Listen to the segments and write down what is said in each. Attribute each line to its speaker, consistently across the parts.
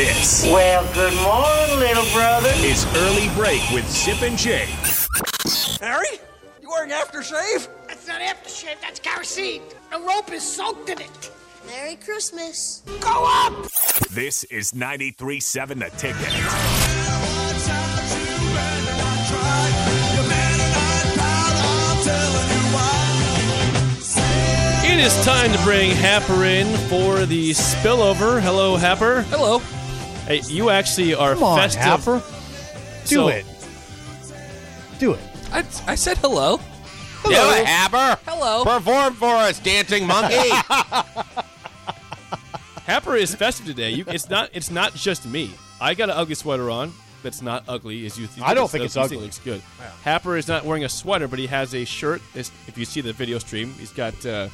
Speaker 1: This
Speaker 2: Well, good morning, little brother.
Speaker 1: is Early Break with Zip and Jay.
Speaker 3: Harry? You wearing aftershave?
Speaker 4: That's not aftershave, that's kerosene. The rope is soaked in it.
Speaker 5: Merry Christmas.
Speaker 4: Go up!
Speaker 1: This is 93.7 The Ticket.
Speaker 6: It is time to bring Happer in for the spillover. Hello, Happer.
Speaker 3: Hello.
Speaker 6: Hey, you actually are
Speaker 7: Come on,
Speaker 6: festive.
Speaker 7: Happer. Do
Speaker 6: So-
Speaker 7: it. Do it.
Speaker 3: I, I said hello.
Speaker 8: Do it, Haber.
Speaker 3: Hello.
Speaker 8: Perform for us, dancing monkey.
Speaker 6: Happer is festive today. You, it's not. It's not just me. I got an ugly sweater on. That's not ugly as you. think
Speaker 7: I don't think it's
Speaker 6: you
Speaker 7: ugly.
Speaker 6: It looks good. Happer is not wearing a sweater, but he has a shirt. It's- if you see the video stream, he's got. Uh,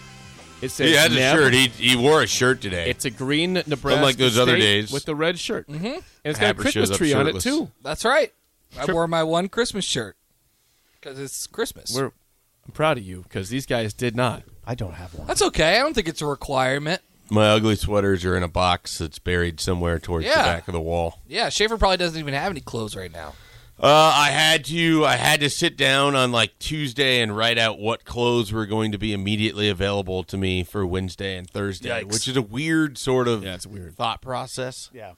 Speaker 6: it says
Speaker 8: he had a
Speaker 6: NAB.
Speaker 8: shirt. He, he wore a shirt today.
Speaker 6: It's a green Nebraska
Speaker 8: Unlike those other
Speaker 6: state
Speaker 8: days.
Speaker 6: with the red shirt, mm-hmm. and it's got a
Speaker 8: Happer shows
Speaker 6: Christmas
Speaker 8: up
Speaker 6: tree on it
Speaker 8: shirtless.
Speaker 6: too.
Speaker 3: That's right. I wore my one Christmas shirt because it's Christmas.
Speaker 6: We're, I'm proud of you because these guys did not.
Speaker 7: I don't have one.
Speaker 3: That's okay. I don't think it's a requirement.
Speaker 8: My ugly sweaters are in a box that's buried somewhere towards the
Speaker 3: Yeah.
Speaker 8: back of the wall.
Speaker 3: Yeah, Schaefer probably doesn't even have any clothes right now.
Speaker 8: Uh, I had to I had to sit down on like Tuesday and write out what clothes were going to be immediately available to me for Wednesday and Thursday, which is a weird sort of
Speaker 6: Yeah, it's weird.
Speaker 8: thought process.
Speaker 7: Yeah.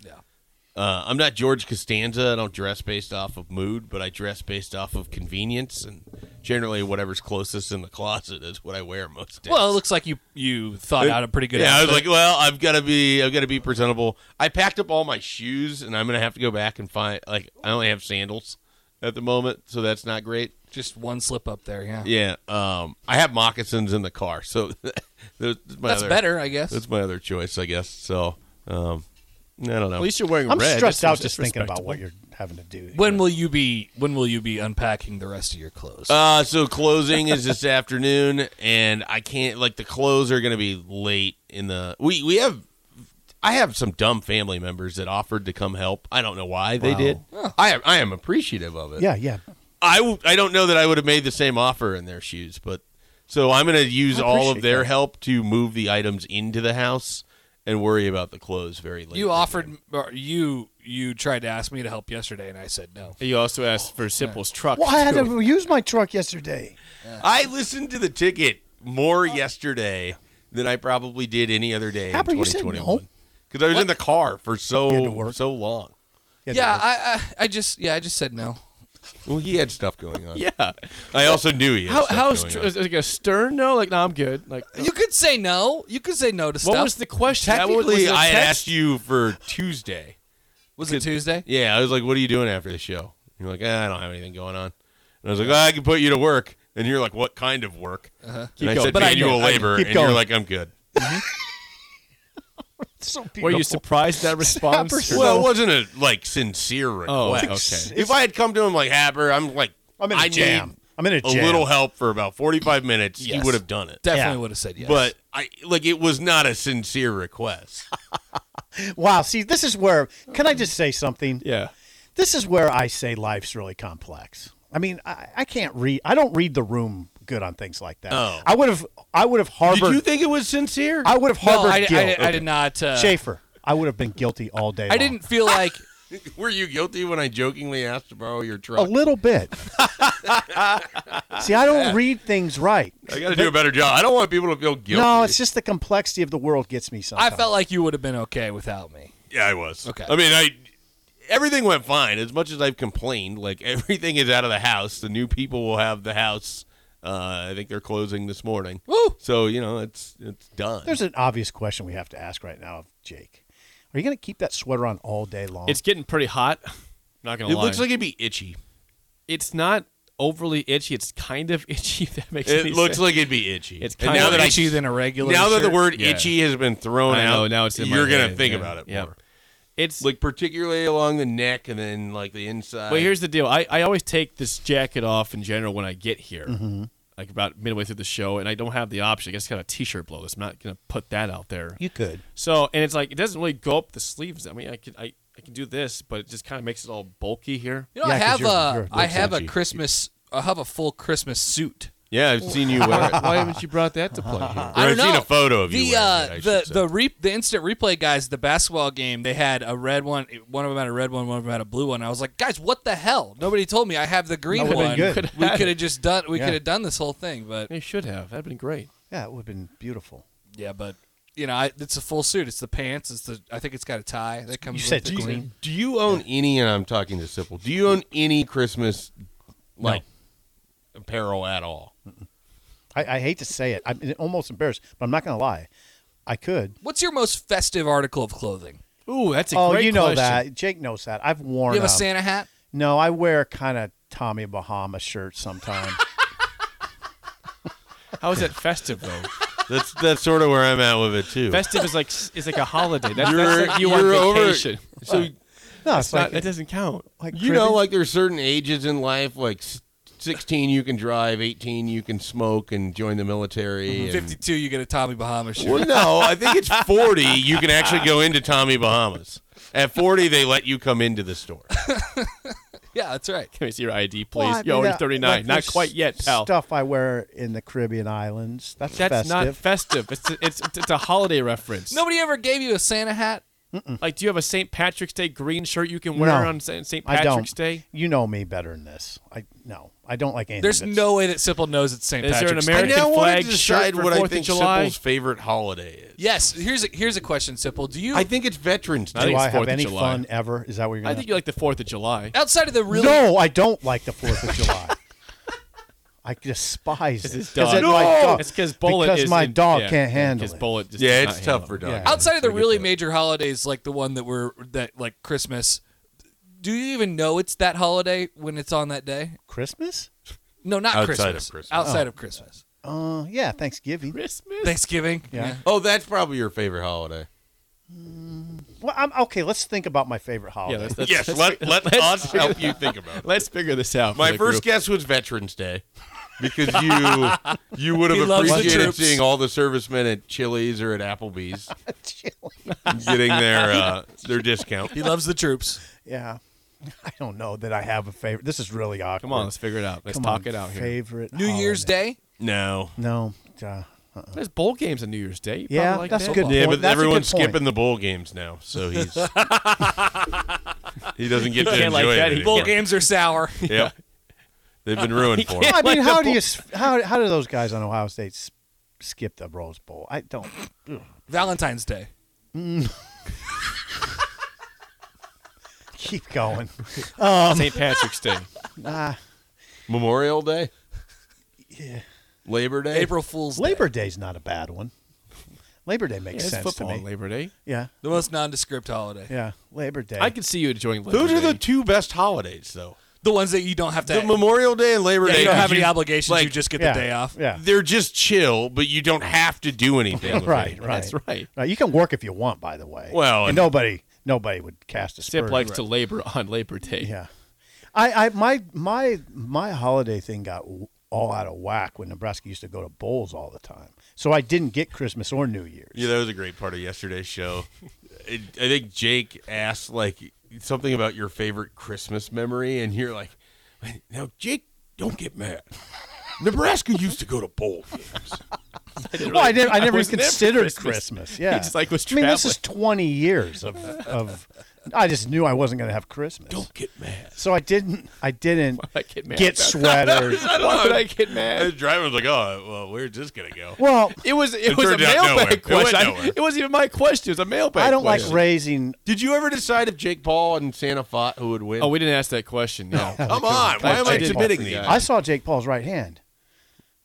Speaker 8: Uh, I'm not George Costanza. I don't dress based off of mood, but I dress based off of convenience and generally whatever's closest in the closet is what I wear most days.
Speaker 6: Well, it looks like you you thought out a pretty good.
Speaker 8: yeah, I was
Speaker 6: outfit.
Speaker 8: like, well, I've got to be, I've got to be presentable. I packed up all my shoes, and I'm gonna have to go back and find. Like, I only have sandals at the moment, so that's not great.
Speaker 3: Just one slip up there. Yeah.
Speaker 8: Yeah, um, I have moccasins in the car, so that's my
Speaker 3: That's
Speaker 8: other-
Speaker 3: better, I guess.
Speaker 8: That's my other choice, I guess. So, um, I don't know.
Speaker 6: At least you're wearing
Speaker 7: I'm
Speaker 6: red.
Speaker 7: stressed
Speaker 6: That
Speaker 7: out
Speaker 6: seems
Speaker 7: just thinking about
Speaker 6: respectable.
Speaker 7: what you're having to do.
Speaker 3: when will you be? When will you be unpacking the rest of your clothes?
Speaker 8: Uh, so closing is this afternoon, and I can't like the clothes are going to be late in the. We we have, I have some dumb family members that offered to come help. I don't know why they did. I am I am appreciative of it.
Speaker 7: Yeah, yeah.
Speaker 8: I w- I don't know that I would have made the same offer in their shoes, but so I'm going to use all of
Speaker 7: appreciate
Speaker 8: their
Speaker 7: that.
Speaker 8: help to move the items into the house and worry about the clothes very late.
Speaker 3: you offered. Or you you tried to ask me to help yesterday, and I said no.
Speaker 6: You also asked for Simple's truck.
Speaker 7: Well, I had
Speaker 6: too.
Speaker 7: to use my truck yesterday.
Speaker 8: I listened to the ticket more yesterday than I probably did any other day
Speaker 7: Happer,
Speaker 8: in
Speaker 7: you said
Speaker 8: 2021.
Speaker 7: no?
Speaker 8: Because I was in the car for
Speaker 7: had to
Speaker 8: so
Speaker 7: work.
Speaker 8: so long.
Speaker 3: Yeah, I, I I just yeah I just said no.
Speaker 8: Well, he had stuff going on.
Speaker 6: yeah.
Speaker 8: I also knew he had
Speaker 6: How
Speaker 8: stuff
Speaker 6: how
Speaker 8: going
Speaker 6: str-
Speaker 8: on.
Speaker 6: is it like a stern no? Like no, I'm good. Like
Speaker 3: You could say no. You could say no to
Speaker 6: Uh, what
Speaker 3: stuff.
Speaker 6: was the question? That was- was
Speaker 8: Technically,
Speaker 6: it a
Speaker 8: I had
Speaker 6: text?
Speaker 8: asked you for Tuesday.
Speaker 3: was it Tuesday?
Speaker 8: Yeah, I was like, "What are you doing after the show?" You're like, "Ah, "I don't have anything going on." And I was like, "Ah, "I can put you to work." And you're like, "What kind of work?" Uh-huh. And I
Speaker 6: going.
Speaker 8: said,
Speaker 6: But I
Speaker 8: "Manual
Speaker 6: know.
Speaker 8: labor,"
Speaker 7: Keep
Speaker 8: and you're
Speaker 7: going.
Speaker 8: like, "I'm good."
Speaker 7: So
Speaker 6: Were you
Speaker 7: beautiful.
Speaker 6: surprised that response?
Speaker 7: Happer,
Speaker 6: or-
Speaker 8: Well,
Speaker 7: No.
Speaker 8: it wasn't a like sincere
Speaker 6: oh,
Speaker 8: request.
Speaker 6: okay.
Speaker 8: If I had come to him like Haber, I'm like,
Speaker 7: I'm in a
Speaker 8: I
Speaker 7: jam.
Speaker 8: need
Speaker 7: I'm in a
Speaker 8: a
Speaker 7: jam.
Speaker 8: little help for about 45 minutes.
Speaker 3: Yes.
Speaker 8: He would have done it.
Speaker 3: Definitely
Speaker 7: Yeah.
Speaker 3: would have said yes.
Speaker 8: But I like it was not a sincere request.
Speaker 7: Wow. See, this is where. Can I just say something?
Speaker 6: Yeah.
Speaker 7: This is where I say life's really complex. I mean, I, I can't read. I don't read the room good on things like that.
Speaker 8: Oh.
Speaker 7: I would have. I would have harbored.
Speaker 8: think it was sincere?
Speaker 7: I would have
Speaker 3: no,
Speaker 7: harbored
Speaker 3: I, I,
Speaker 7: guilt.
Speaker 3: I did not. Uh,
Speaker 7: Schaefer. I would have been guilty all day.
Speaker 3: I
Speaker 7: long.
Speaker 3: didn't feel like
Speaker 8: Were you guilty when I jokingly asked to borrow your
Speaker 7: A
Speaker 8: truck?
Speaker 7: little bit. See, I don't read things right.
Speaker 8: I got to do a better job. I don't want people to feel guilty.
Speaker 7: No, it's just the complexity of the world gets me
Speaker 3: I
Speaker 7: sometimes.
Speaker 3: felt like you would have been okay without me.
Speaker 8: Yeah, I was.
Speaker 3: Okay.
Speaker 8: I mean, I everything went fine. As much as I've complained, like everything is out of the house. The new people will have the house. Uh, I think they're closing this morning.
Speaker 3: Woo!
Speaker 8: So you know, it's it's done.
Speaker 7: There's an obvious question we have to ask right now of Jake. Are you going to keep that sweater on all day long?
Speaker 6: It's getting pretty hot. Not gonna
Speaker 8: it
Speaker 6: lie.
Speaker 8: looks like it'd be itchy.
Speaker 6: it's not overly itchy. It's kind of itchy. If that makes
Speaker 8: It
Speaker 6: any
Speaker 8: looks
Speaker 6: sense.
Speaker 8: like it'd be itchy.
Speaker 6: It's
Speaker 8: And
Speaker 6: kinda
Speaker 8: now that I-
Speaker 3: itchy than a regular.
Speaker 8: now that the
Speaker 3: shirt.
Speaker 8: word
Speaker 6: Yeah.
Speaker 8: itchy has been thrown
Speaker 6: I know,
Speaker 8: out,
Speaker 6: now it's in my
Speaker 8: you're gonna
Speaker 6: head,
Speaker 8: think
Speaker 6: yeah,
Speaker 8: about it
Speaker 6: yeah.
Speaker 8: more.
Speaker 6: it's
Speaker 8: Like particularly along the neck and then like the inside.
Speaker 6: Well, here's the deal. I, I always take this jacket off in general when I get here, like about midway through the show, and I don't have the option. I guess I got a t-shirt blow. This. I'm not gonna put that out there.
Speaker 7: you could.
Speaker 6: so, and it's like it doesn't really go up the sleeves. I mean, I could I, I can do this, but it just kind of makes it all bulky here.
Speaker 3: You know, I
Speaker 7: Yeah, 'cause
Speaker 3: have
Speaker 7: you're-
Speaker 3: a
Speaker 7: you're-
Speaker 3: I have a
Speaker 8: itchy.
Speaker 3: Christmas I have a full Christmas suit.
Speaker 8: Yeah, I've seen you wear it.
Speaker 6: Why haven't you brought that to play here?
Speaker 8: Or
Speaker 3: I don't
Speaker 8: I've seen
Speaker 3: know.
Speaker 8: a photo of you
Speaker 3: the
Speaker 8: wearing
Speaker 3: uh,
Speaker 8: it, I
Speaker 3: the
Speaker 8: should say.
Speaker 3: the re- the instant replay guys. The basketball game they had a red one. One of them had a red one. One of them had a blue one. I was like, guys, what the hell? Nobody told me I have the green
Speaker 7: That would've been
Speaker 3: one.
Speaker 7: good.
Speaker 3: We could have just done. We
Speaker 7: Yeah.
Speaker 3: could have done this whole thing, but
Speaker 6: They should have. That'd been great.
Speaker 7: Yeah, it would have been beautiful.
Speaker 3: yeah, but you know, I, it's a full suit. It's the pants. It's the. I think it's got a tie that comes.
Speaker 7: You
Speaker 3: with
Speaker 7: said
Speaker 3: the
Speaker 7: green.
Speaker 3: green.
Speaker 8: Do you own any? And I'm talking to Simple. Do you own any Christmas like apparel at all?
Speaker 7: I, I hate to say it. I'm almost embarrassed, but I'm not going to lie. I could.
Speaker 3: What's your most festive article of clothing?
Speaker 6: Ooh, that's a
Speaker 7: Oh,
Speaker 6: great
Speaker 7: you know
Speaker 6: question.
Speaker 7: that. Jake knows that. I've worn.
Speaker 3: you have a
Speaker 7: um,
Speaker 3: Santa hat.
Speaker 7: No, I wear kind of Tommy Bahama shirt sometimes.
Speaker 6: How is that festive though?
Speaker 8: That's that's sort of where I'm at with it too.
Speaker 6: festive is like is like a holiday. That's,
Speaker 8: You're-
Speaker 6: that's like you on
Speaker 8: you're over-
Speaker 6: vacation.
Speaker 8: so
Speaker 7: no,
Speaker 6: It's not,
Speaker 7: it's like
Speaker 6: that doesn't count.
Speaker 7: like
Speaker 8: you know,
Speaker 7: cribbage.
Speaker 8: like there's certain ages in life, like s- 16 you can drive, 18 you can smoke and join the military. and-
Speaker 3: Fifty-two. You get a Tommy Bahama shirt.
Speaker 8: Well, no, I think it's 40 you can actually go into Tommy Bahamas. At 40, they let you come into the store.
Speaker 3: Yeah, that's right.
Speaker 6: Can we see your ID, please?
Speaker 7: Well, I
Speaker 6: Yo,
Speaker 7: mean,
Speaker 6: you're
Speaker 7: uh,
Speaker 6: 39.
Speaker 7: like
Speaker 6: not
Speaker 7: this
Speaker 6: quite yet, pal.
Speaker 7: Stuff I wear in the Caribbean islands. That's,
Speaker 6: That's
Speaker 7: festive.
Speaker 6: not festive. It's a, it's it's a holiday reference.
Speaker 3: Nobody ever gave you a Santa hat.
Speaker 6: like, do you have a St. Patrick's Day green shirt you can wear
Speaker 7: No.
Speaker 6: on St. St.
Speaker 7: I don't.
Speaker 6: Patrick's Day?
Speaker 7: You know me better than this. I no. I don't like anything.
Speaker 3: There's
Speaker 7: that's-
Speaker 3: no way that Simple knows it's St.
Speaker 6: Is there an
Speaker 3: Patrick's Day.
Speaker 8: I
Speaker 6: American
Speaker 8: now want
Speaker 6: flag
Speaker 8: to
Speaker 6: shirt
Speaker 8: decide
Speaker 6: for
Speaker 8: what I
Speaker 6: Fourth of
Speaker 8: think
Speaker 6: July?
Speaker 8: Simple's favorite holiday is.
Speaker 3: Yes, here's a, here's a question, Simple. Do you
Speaker 8: I think it's Veterans Day.
Speaker 6: I
Speaker 7: Do
Speaker 6: think
Speaker 7: I
Speaker 6: it's
Speaker 7: have
Speaker 6: 4th of
Speaker 7: any
Speaker 6: July.
Speaker 7: fun ever? Is that what you're
Speaker 6: I
Speaker 7: going
Speaker 6: think you like the Fourth of July.
Speaker 3: outside of the really
Speaker 7: No, I don't like the Fourth of July. I despise it.
Speaker 6: It's
Speaker 7: Is it
Speaker 6: dog.
Speaker 7: my dog-
Speaker 6: It's because bullet
Speaker 7: because
Speaker 6: is
Speaker 7: my
Speaker 6: in-
Speaker 7: dog
Speaker 6: yeah,
Speaker 7: can't handle
Speaker 6: Because
Speaker 7: it.
Speaker 6: bullet just
Speaker 8: yeah,
Speaker 6: does
Speaker 8: it's
Speaker 6: not
Speaker 8: tough
Speaker 6: handle
Speaker 8: for
Speaker 6: it.
Speaker 8: Doug.
Speaker 7: Yeah.
Speaker 3: outside of the really major holidays like the one that we're that like Christmas. Do you even know it's that holiday when it's on that day?
Speaker 7: Christmas?
Speaker 3: No, not
Speaker 8: Outside
Speaker 3: Christmas.
Speaker 8: of Christmas.
Speaker 3: Outside of Christmas.
Speaker 7: Uh, yeah, Thanksgiving.
Speaker 6: Christmas.
Speaker 3: Thanksgiving.
Speaker 7: Yeah.
Speaker 8: Oh, that's probably your favorite holiday.
Speaker 7: Well, I'm okay. Let's think about my favorite
Speaker 6: Yeah,
Speaker 7: holiday.
Speaker 6: that's, that's,
Speaker 8: Yes,
Speaker 6: that's-
Speaker 8: let, let us help you think about it.
Speaker 6: let's figure this out. for
Speaker 8: My
Speaker 6: the
Speaker 8: first
Speaker 6: group.
Speaker 8: guess was Veterans Day because you you would
Speaker 3: He
Speaker 8: have
Speaker 3: loves the
Speaker 8: appreciated
Speaker 3: troops.
Speaker 8: seeing all the servicemen at Chili's or at Applebee's getting their uh, their discount.
Speaker 3: He loves the troops.
Speaker 7: yeah. I don't know that I have a favorite. This is really awkward.
Speaker 6: Come on, let's figure it out. Let's
Speaker 7: Come
Speaker 6: talk
Speaker 7: on,
Speaker 6: it out here.
Speaker 7: Favorite
Speaker 3: New Year's
Speaker 7: holiday.
Speaker 3: Day.
Speaker 8: No.
Speaker 7: No. uh,
Speaker 6: There's bowl games on New Year's Day. You
Speaker 7: Yeah,
Speaker 6: probably like
Speaker 7: that's
Speaker 6: that.
Speaker 7: a good
Speaker 8: Yeah, but
Speaker 7: point. That's a good
Speaker 8: everyone's
Speaker 7: point.
Speaker 8: skipping the bowl games now, so he's he doesn't get to
Speaker 6: Can't
Speaker 8: enjoy
Speaker 6: like that.
Speaker 8: it.
Speaker 6: He
Speaker 3: Bowl
Speaker 8: anymore.
Speaker 3: games are sour.
Speaker 8: Yep. They've been ruined for him.
Speaker 7: I mean, how do you s- how how do those guys on Ohio State s- skip the Rose Bowl? I don't.
Speaker 3: Valentine's Day.
Speaker 7: Keep going.
Speaker 6: St. Patrick's Day.
Speaker 8: Memorial Day. Yeah. Labor Day.
Speaker 3: April Fool's Day.
Speaker 7: Labor Day's not a bad one. Labor Day
Speaker 6: Yeah,
Speaker 7: makes
Speaker 6: it's
Speaker 7: sense to
Speaker 6: football
Speaker 7: me.
Speaker 6: on Labor Day.
Speaker 7: yeah,
Speaker 3: The most nondescript holiday.
Speaker 7: yeah. Labor Day.
Speaker 6: I could see you enjoying Labor
Speaker 8: Those are the
Speaker 6: Day.
Speaker 8: two best holidays, though.
Speaker 3: The ones that you don't have to
Speaker 8: The Memorial Day and Labor
Speaker 3: yeah,
Speaker 8: Day.
Speaker 3: you don't have any
Speaker 8: you-
Speaker 3: obligations,
Speaker 8: like,
Speaker 3: you just get
Speaker 7: yeah.
Speaker 3: the day off.
Speaker 7: Yeah,
Speaker 8: They're just chill, but you don't have to do anything. with
Speaker 7: right,
Speaker 8: it.
Speaker 7: right.
Speaker 6: That's right.
Speaker 7: Now, you can work if you want, by the way.
Speaker 8: Well,
Speaker 7: And
Speaker 8: and-
Speaker 7: nobody, nobody would cast a
Speaker 6: Sip
Speaker 7: spur.
Speaker 6: likes to labor on Labor Day.
Speaker 7: Yeah, I, I, my, my, my holiday thing got w- all out of whack when Nebraska used to go to bowls all the time. So I didn't get Christmas or New Year's.
Speaker 8: Yeah, that was a great part of yesterday's show. I I think Jake asked like something about your favorite Christmas memory, and you're like, "Now, Jake, don't get mad. Nebraska used to go to bowl games.
Speaker 7: Well, I never, I never
Speaker 6: was
Speaker 7: even
Speaker 6: never
Speaker 7: considered
Speaker 6: Christmas.
Speaker 7: Christmas. Yeah,
Speaker 6: He just, like, was
Speaker 7: I mean, this is twenty years of, of. I just knew I wasn't going to have Christmas,
Speaker 8: Don't get mad."
Speaker 7: so I didn't. I didn't
Speaker 6: I get mad about
Speaker 7: get sweaters.
Speaker 6: Why would I get
Speaker 8: I was
Speaker 6: mad?
Speaker 8: driving, I was like, "Oh, well, where's this gonna go?"
Speaker 7: well,
Speaker 6: It was it,
Speaker 8: It
Speaker 6: was a
Speaker 8: turned out nowhere.
Speaker 6: mailbag
Speaker 8: It went
Speaker 6: question. I-
Speaker 8: nowhere.
Speaker 6: It wasn't even my question. It was a mailbag.
Speaker 7: I don't like
Speaker 6: question.
Speaker 7: raising.
Speaker 8: Did you ever decide if Jake Paul and Santa fought who would win?
Speaker 6: Oh, we didn't ask that question. No.
Speaker 8: come on! Why am I,
Speaker 6: I did-
Speaker 8: submitting
Speaker 6: I
Speaker 8: these?
Speaker 6: forgot.
Speaker 7: I saw Jake Paul's right hand.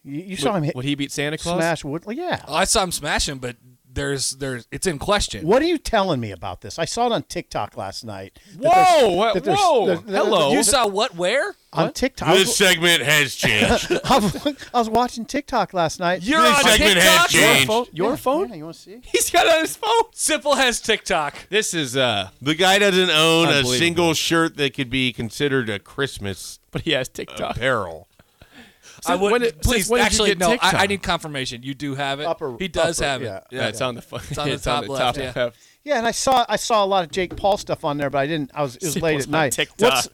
Speaker 7: You, you saw him hit
Speaker 6: Would he beat Santa Claus?
Speaker 7: smash wood. well, Yeah.
Speaker 3: I saw him smashing, but there's there's it's in question.
Speaker 7: What are you telling me about this? I saw it on TikTok last night. that
Speaker 6: Whoa,
Speaker 7: there's-
Speaker 6: what-
Speaker 7: that there's-
Speaker 6: whoa,
Speaker 7: that- that-
Speaker 6: hello.
Speaker 3: You saw what where?
Speaker 7: on TikTok. I
Speaker 8: This
Speaker 7: was,
Speaker 8: segment has changed.
Speaker 7: I was- I was watching TikTok last night.
Speaker 3: You're
Speaker 8: This
Speaker 3: on
Speaker 8: segment
Speaker 3: TikTok?
Speaker 8: has
Speaker 6: Your
Speaker 8: changed.
Speaker 6: phone? Your
Speaker 7: Yeah,
Speaker 6: phone?
Speaker 7: yeah, you want to see?
Speaker 6: He's got it on his phone.
Speaker 3: Simple has TikTok.
Speaker 6: This is uh,
Speaker 8: The guy doesn't own a
Speaker 6: Unbelievable.
Speaker 8: single shirt that could be considered a Christmas
Speaker 6: but he has TikTok.
Speaker 8: apparel.
Speaker 3: I
Speaker 6: Since when
Speaker 3: would
Speaker 6: did- since
Speaker 3: please
Speaker 6: when did you
Speaker 3: actually
Speaker 6: get
Speaker 3: no.
Speaker 6: TikTok?
Speaker 3: I, I need confirmation. You do have it.
Speaker 7: Upper-
Speaker 3: he does
Speaker 7: upper,
Speaker 3: have it.
Speaker 7: yeah.
Speaker 6: Yeah, it's on the phone.
Speaker 3: It's on the top left, yeah.
Speaker 7: Yeah, and I saw I saw a lot of Jake Paul stuff on there, but I didn't. I was it was
Speaker 6: See,
Speaker 7: late
Speaker 6: what's
Speaker 7: at
Speaker 6: my
Speaker 7: night.
Speaker 6: TikTok?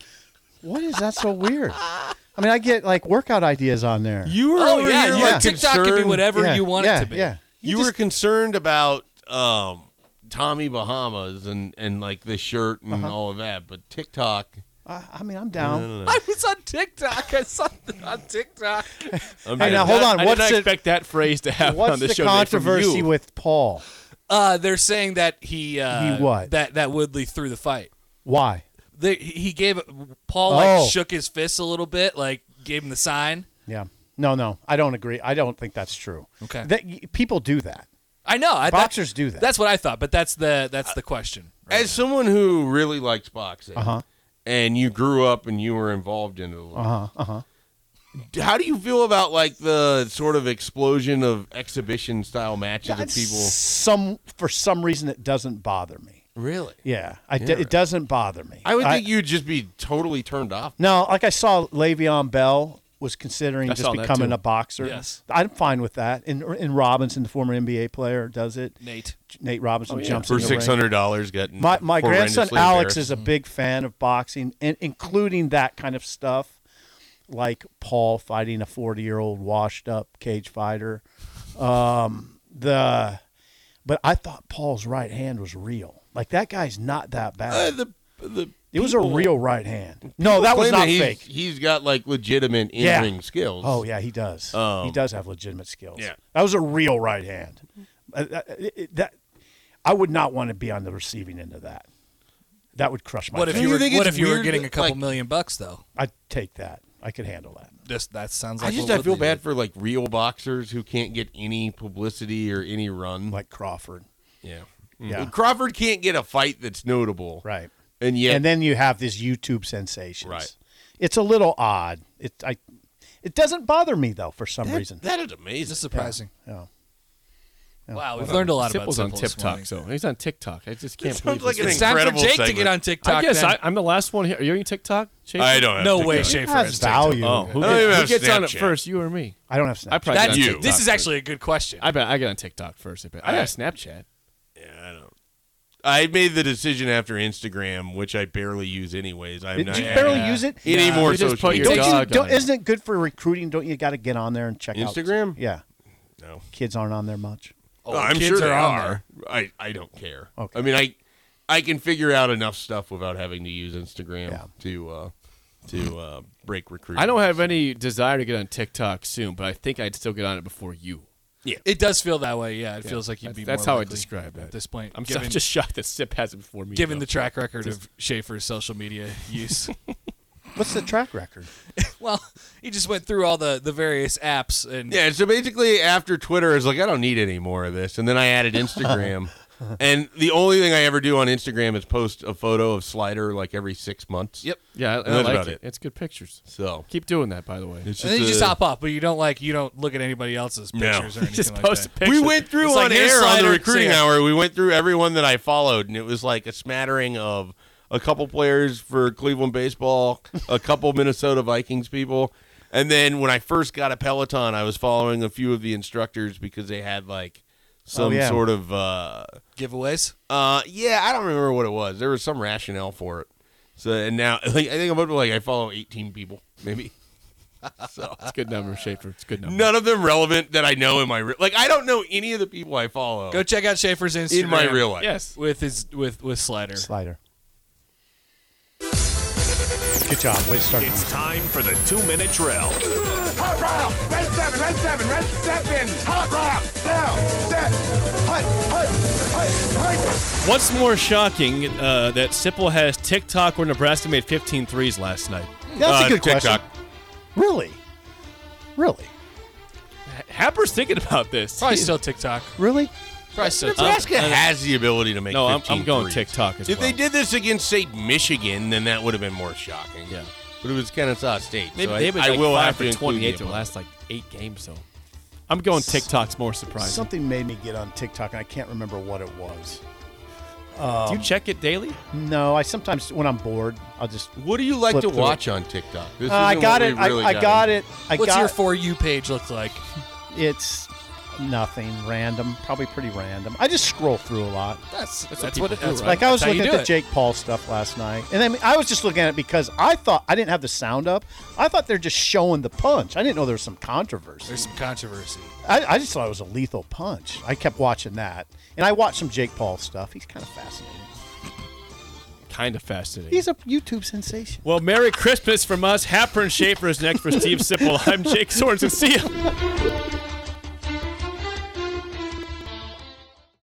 Speaker 7: what is that so weird? I mean, I get like workout ideas on there.
Speaker 8: You were
Speaker 3: Oh
Speaker 8: over
Speaker 3: yeah,
Speaker 8: here,
Speaker 3: you
Speaker 8: like,
Speaker 3: on TikTok can be
Speaker 8: concerned-
Speaker 3: whatever
Speaker 7: yeah,
Speaker 3: you want
Speaker 7: yeah,
Speaker 3: it to be.
Speaker 7: Yeah.
Speaker 8: You were concerned about um, Tommy Bahamas and and like the shirt and
Speaker 7: Uh-huh.
Speaker 8: all of that, but TikTok.
Speaker 7: I, I mean, I'm down.
Speaker 3: I was on TikTok. I saw it on TikTok.
Speaker 8: I'm just-
Speaker 7: Hey, now hold on.
Speaker 6: I did
Speaker 7: What's
Speaker 6: not
Speaker 7: the,
Speaker 6: expect that phrase to happen
Speaker 7: what's
Speaker 6: on the,
Speaker 7: the
Speaker 6: show today from
Speaker 7: controversy
Speaker 6: you.
Speaker 7: with Paul?
Speaker 3: Uh, they're saying that he uh,
Speaker 7: He what?
Speaker 3: that that Woodley threw the fight.
Speaker 7: Why?
Speaker 3: They, he gave Paul like
Speaker 7: Oh.
Speaker 3: shook his fist a little bit, like gave him the sign.
Speaker 7: Yeah. No, no, I don't agree. I don't think that's true.
Speaker 3: Okay.
Speaker 7: That, y- people do that.
Speaker 3: I know. I,
Speaker 7: Boxers do that.
Speaker 3: That's what I thought, but that's the that's the question. right?
Speaker 8: As someone who really likes boxing,
Speaker 7: Uh-huh.
Speaker 8: and you grew up and you were involved in it, a little,
Speaker 7: Uh huh. Uh huh.
Speaker 8: how do you feel about like the sort of explosion of exhibition style matches of people?
Speaker 7: Some for some reason it doesn't bother me.
Speaker 8: Really,
Speaker 7: Yeah, I d- it doesn't bother me.
Speaker 8: I would think you'd just be totally turned off.
Speaker 7: No, like I saw Le'Veon Bell was considering
Speaker 6: I
Speaker 7: just
Speaker 6: saw that
Speaker 7: becoming
Speaker 6: too.
Speaker 7: a boxer.
Speaker 3: Yes.
Speaker 7: I'm fine with that. And and Robinson, the former NBA player, does it.
Speaker 3: Nate. Oh,
Speaker 7: Nate Robinson jumps
Speaker 8: For
Speaker 7: in the ring.
Speaker 8: six hundred dollars, getting
Speaker 7: My my grandson
Speaker 8: horrendously
Speaker 7: Alex
Speaker 8: embarrassed.
Speaker 7: is a big fan of boxing, and including that kind of stuff, like Paul fighting a forty year old washed up cage fighter. Um, the, but I thought Paul's right hand was real. Like that guy's not that bad.
Speaker 8: Uh, the the
Speaker 7: it was a real right hand. No, that was
Speaker 8: claim
Speaker 7: not
Speaker 8: he's-
Speaker 7: fake.
Speaker 8: He's got like legitimate in
Speaker 7: Yeah.
Speaker 8: ring skills.
Speaker 7: Oh yeah, he does. he does have legitimate skills.
Speaker 8: yeah.
Speaker 7: that was a real right hand. Uh, That, it- that- I would not want to be on the receiving end of that. That would crush my.
Speaker 3: What if
Speaker 8: Don't
Speaker 7: face.
Speaker 3: you
Speaker 8: you
Speaker 3: were
Speaker 8: think
Speaker 3: what
Speaker 8: it's
Speaker 3: if you were
Speaker 8: weird
Speaker 3: getting
Speaker 8: that,
Speaker 3: a couple
Speaker 8: like-
Speaker 3: million bucks though?
Speaker 7: I'd take that. I could handle that.
Speaker 3: This that sounds
Speaker 8: I
Speaker 3: like
Speaker 8: just
Speaker 3: what
Speaker 8: I feel
Speaker 3: Woodley
Speaker 8: bad
Speaker 3: did.
Speaker 8: for like real boxers who can't get any publicity or any run.
Speaker 7: Like Crawford,
Speaker 8: yeah.
Speaker 7: Yeah.
Speaker 8: Well, Crawford can't get a fight that's notable.
Speaker 7: right?
Speaker 8: And yet
Speaker 7: And then you have this YouTube sensations.
Speaker 8: Right.
Speaker 7: It's a little odd. It I, it doesn't bother me though for some
Speaker 8: that,
Speaker 7: reason.
Speaker 8: that is
Speaker 3: This is
Speaker 8: amazing.
Speaker 3: surprising.
Speaker 7: Yeah.
Speaker 3: Wow, we've learned a lot
Speaker 6: Simple's on
Speaker 3: about Simple this
Speaker 6: TikTok,
Speaker 3: morning.
Speaker 6: so he's on TikTok. I just can't
Speaker 8: That
Speaker 6: believe
Speaker 8: sounds like
Speaker 6: this.
Speaker 8: an
Speaker 3: It's time for
Speaker 8: incredible
Speaker 3: Jake to
Speaker 8: segment.
Speaker 3: get on TikTok.
Speaker 6: I guess
Speaker 3: then.
Speaker 6: I, I'm the last one here. Are you on TikTok? Chase?
Speaker 8: I don't. Have
Speaker 3: no
Speaker 8: TikTok.
Speaker 3: way, Schaefer.
Speaker 7: That's
Speaker 3: has TikTok.
Speaker 7: value.
Speaker 6: Oh, who,
Speaker 8: I don't even
Speaker 6: gets, who
Speaker 8: have
Speaker 6: gets on it
Speaker 8: Snapchat.
Speaker 6: first? You or me?
Speaker 7: I don't have Snapchat.
Speaker 6: I probably
Speaker 3: That,
Speaker 6: got on
Speaker 8: you.
Speaker 6: TikTok
Speaker 3: This is
Speaker 6: first.
Speaker 3: actually a good question.
Speaker 6: I bet I got on TikTok first. I bet I got
Speaker 8: Alright.
Speaker 6: Snapchat.
Speaker 8: Yeah, I don't. I made the decision after Instagram, which I barely use anyways. I'm
Speaker 7: Did
Speaker 8: not
Speaker 7: you
Speaker 8: adding
Speaker 7: barely use it?
Speaker 8: any
Speaker 6: Yeah.
Speaker 8: more
Speaker 6: You just
Speaker 8: social
Speaker 6: put your
Speaker 8: media.
Speaker 7: Don't you,
Speaker 6: dog
Speaker 7: don't,
Speaker 6: on it.
Speaker 7: isn't it good for recruiting? Don't you got to get on there and check out
Speaker 8: Instagram?
Speaker 7: Yeah,
Speaker 8: No.
Speaker 7: kids aren't on there much.
Speaker 8: Oh, I'm
Speaker 3: kids
Speaker 8: sure they
Speaker 3: are on
Speaker 8: are. I, I don't care.
Speaker 7: Okay.
Speaker 8: I mean, I I can figure out enough stuff without having to use Instagram
Speaker 7: Yeah.
Speaker 8: to uh, to uh, break recruiting.
Speaker 6: I don't have any desire to get on TikTok soon, but I think I'd still get on it before you.
Speaker 3: It does feel that way. Yeah, it feels like you'd be.
Speaker 6: That's how
Speaker 3: more
Speaker 6: I
Speaker 3: likely
Speaker 6: describe that.
Speaker 3: at this point.
Speaker 6: I'm, so-
Speaker 3: given,
Speaker 6: I'm just shocked that Sip has it before me.
Speaker 3: given
Speaker 6: though.
Speaker 3: the track record of Schaefer's social media use.
Speaker 7: What's the track record?
Speaker 3: well, he just went through all the the various apps and
Speaker 8: Yeah, so basically, after Twitter, I was like, I don't need any more of this, and then I added Instagram. and the only thing I ever do on Instagram is post a photo of Slider like every six months.
Speaker 3: Yep.
Speaker 6: yeah, I, I
Speaker 8: That's
Speaker 6: like
Speaker 8: about
Speaker 6: it.
Speaker 8: it.
Speaker 6: It's good pictures.
Speaker 8: So
Speaker 6: Keep doing that, by the way.
Speaker 8: it's
Speaker 3: And then you
Speaker 6: Uh,
Speaker 3: just
Speaker 8: a-
Speaker 3: hop off, but you don't like you don't look at anybody else's
Speaker 8: No.
Speaker 3: pictures or anything
Speaker 6: Just
Speaker 3: like
Speaker 6: post a
Speaker 3: that.
Speaker 6: picture.
Speaker 8: We went through
Speaker 3: It's
Speaker 8: on
Speaker 3: like, here's
Speaker 8: air on
Speaker 3: Slider,
Speaker 8: the recruiting
Speaker 3: see ya.
Speaker 8: hour. We went through everyone that I followed, and it was like a smattering of a couple players for Cleveland baseball, a couple Minnesota Vikings people, and then when I first got a Peloton, I was following a few of the instructors because they had like some
Speaker 7: yeah.
Speaker 8: sort of uh,
Speaker 3: giveaways.
Speaker 8: uh, yeah, I don't remember what it was. There was some rationale for it. So and now like, I think I'm up to like I follow 18 people maybe.
Speaker 6: It's a good number, Schaefer. It's a good number.
Speaker 8: None of them relevant that I know in my re- like I don't know any of the people I follow
Speaker 3: Go check out Schaefer's Instagram
Speaker 8: in my real life.
Speaker 6: Yes.
Speaker 3: with his with with Slider.
Speaker 7: Slider. Good job. Way to start.
Speaker 1: It's time for the two minute drill.
Speaker 9: Hot round, red seven, red seven, red seven. Hot round, down, set, hut, hut, hut, hut.
Speaker 6: What's more shocking uh, that Sipple has TikTok where Nebraska made 15 threes last night?
Speaker 7: That's
Speaker 8: Uh,
Speaker 7: a good
Speaker 8: TikTok.
Speaker 7: question. Really, really,
Speaker 6: Happer's thinking about this.
Speaker 3: Probably still TikTok.
Speaker 7: really.
Speaker 3: Probably
Speaker 8: Oh
Speaker 3: still TikTok.
Speaker 8: Nebraska has the ability to make.
Speaker 6: Uh, No, I'm,
Speaker 8: 15
Speaker 6: I'm going
Speaker 8: threes.
Speaker 6: TikTok as
Speaker 8: If
Speaker 6: well.
Speaker 8: they did this against, say, Michigan, then that would have been more shocking.
Speaker 6: Yeah.
Speaker 8: but it was Kennesaw State.
Speaker 6: Maybe
Speaker 8: so
Speaker 6: they
Speaker 8: I,
Speaker 6: would
Speaker 8: I
Speaker 6: like
Speaker 8: will
Speaker 6: five
Speaker 8: have
Speaker 6: for
Speaker 8: to include
Speaker 6: 28
Speaker 8: the
Speaker 6: the
Speaker 8: above.
Speaker 6: last like eight games, so I'm going TikTok's more surprising.
Speaker 7: Something made me get on TikTok, and I can't remember what it was.
Speaker 6: Do you check it daily?
Speaker 7: No, I sometimes when I'm bored, I'll just.
Speaker 8: What do you like
Speaker 7: Flip
Speaker 8: to
Speaker 7: through
Speaker 8: watch on TikTok? This
Speaker 7: Uh, I
Speaker 8: isn't
Speaker 7: got
Speaker 8: what
Speaker 7: it.
Speaker 8: we really
Speaker 7: I, I got it. I
Speaker 3: What's
Speaker 7: got
Speaker 3: your for you page look like?
Speaker 7: it's nothing random, probably pretty random. I just scroll through a lot.
Speaker 3: That's that's, what it, that's
Speaker 7: Like I was
Speaker 3: that's how you
Speaker 7: looking at
Speaker 3: do
Speaker 7: the
Speaker 3: it.
Speaker 7: Jake Paul stuff last night, and I mean, I was just looking at it because I thought I didn't have the sound up. I thought they're just showing the punch. I didn't know there was some controversy.
Speaker 3: There's some controversy.
Speaker 7: I, I just thought it was a lethal punch. I kept watching that, and I watched some Jake Paul stuff. He's kind of fascinating.
Speaker 6: Kind of fascinating.
Speaker 7: He's a YouTube sensation.
Speaker 6: well, Merry Christmas from us. Happer and Schaefer is next for Steve Sipple. I'm Jake Sorensen. See ya.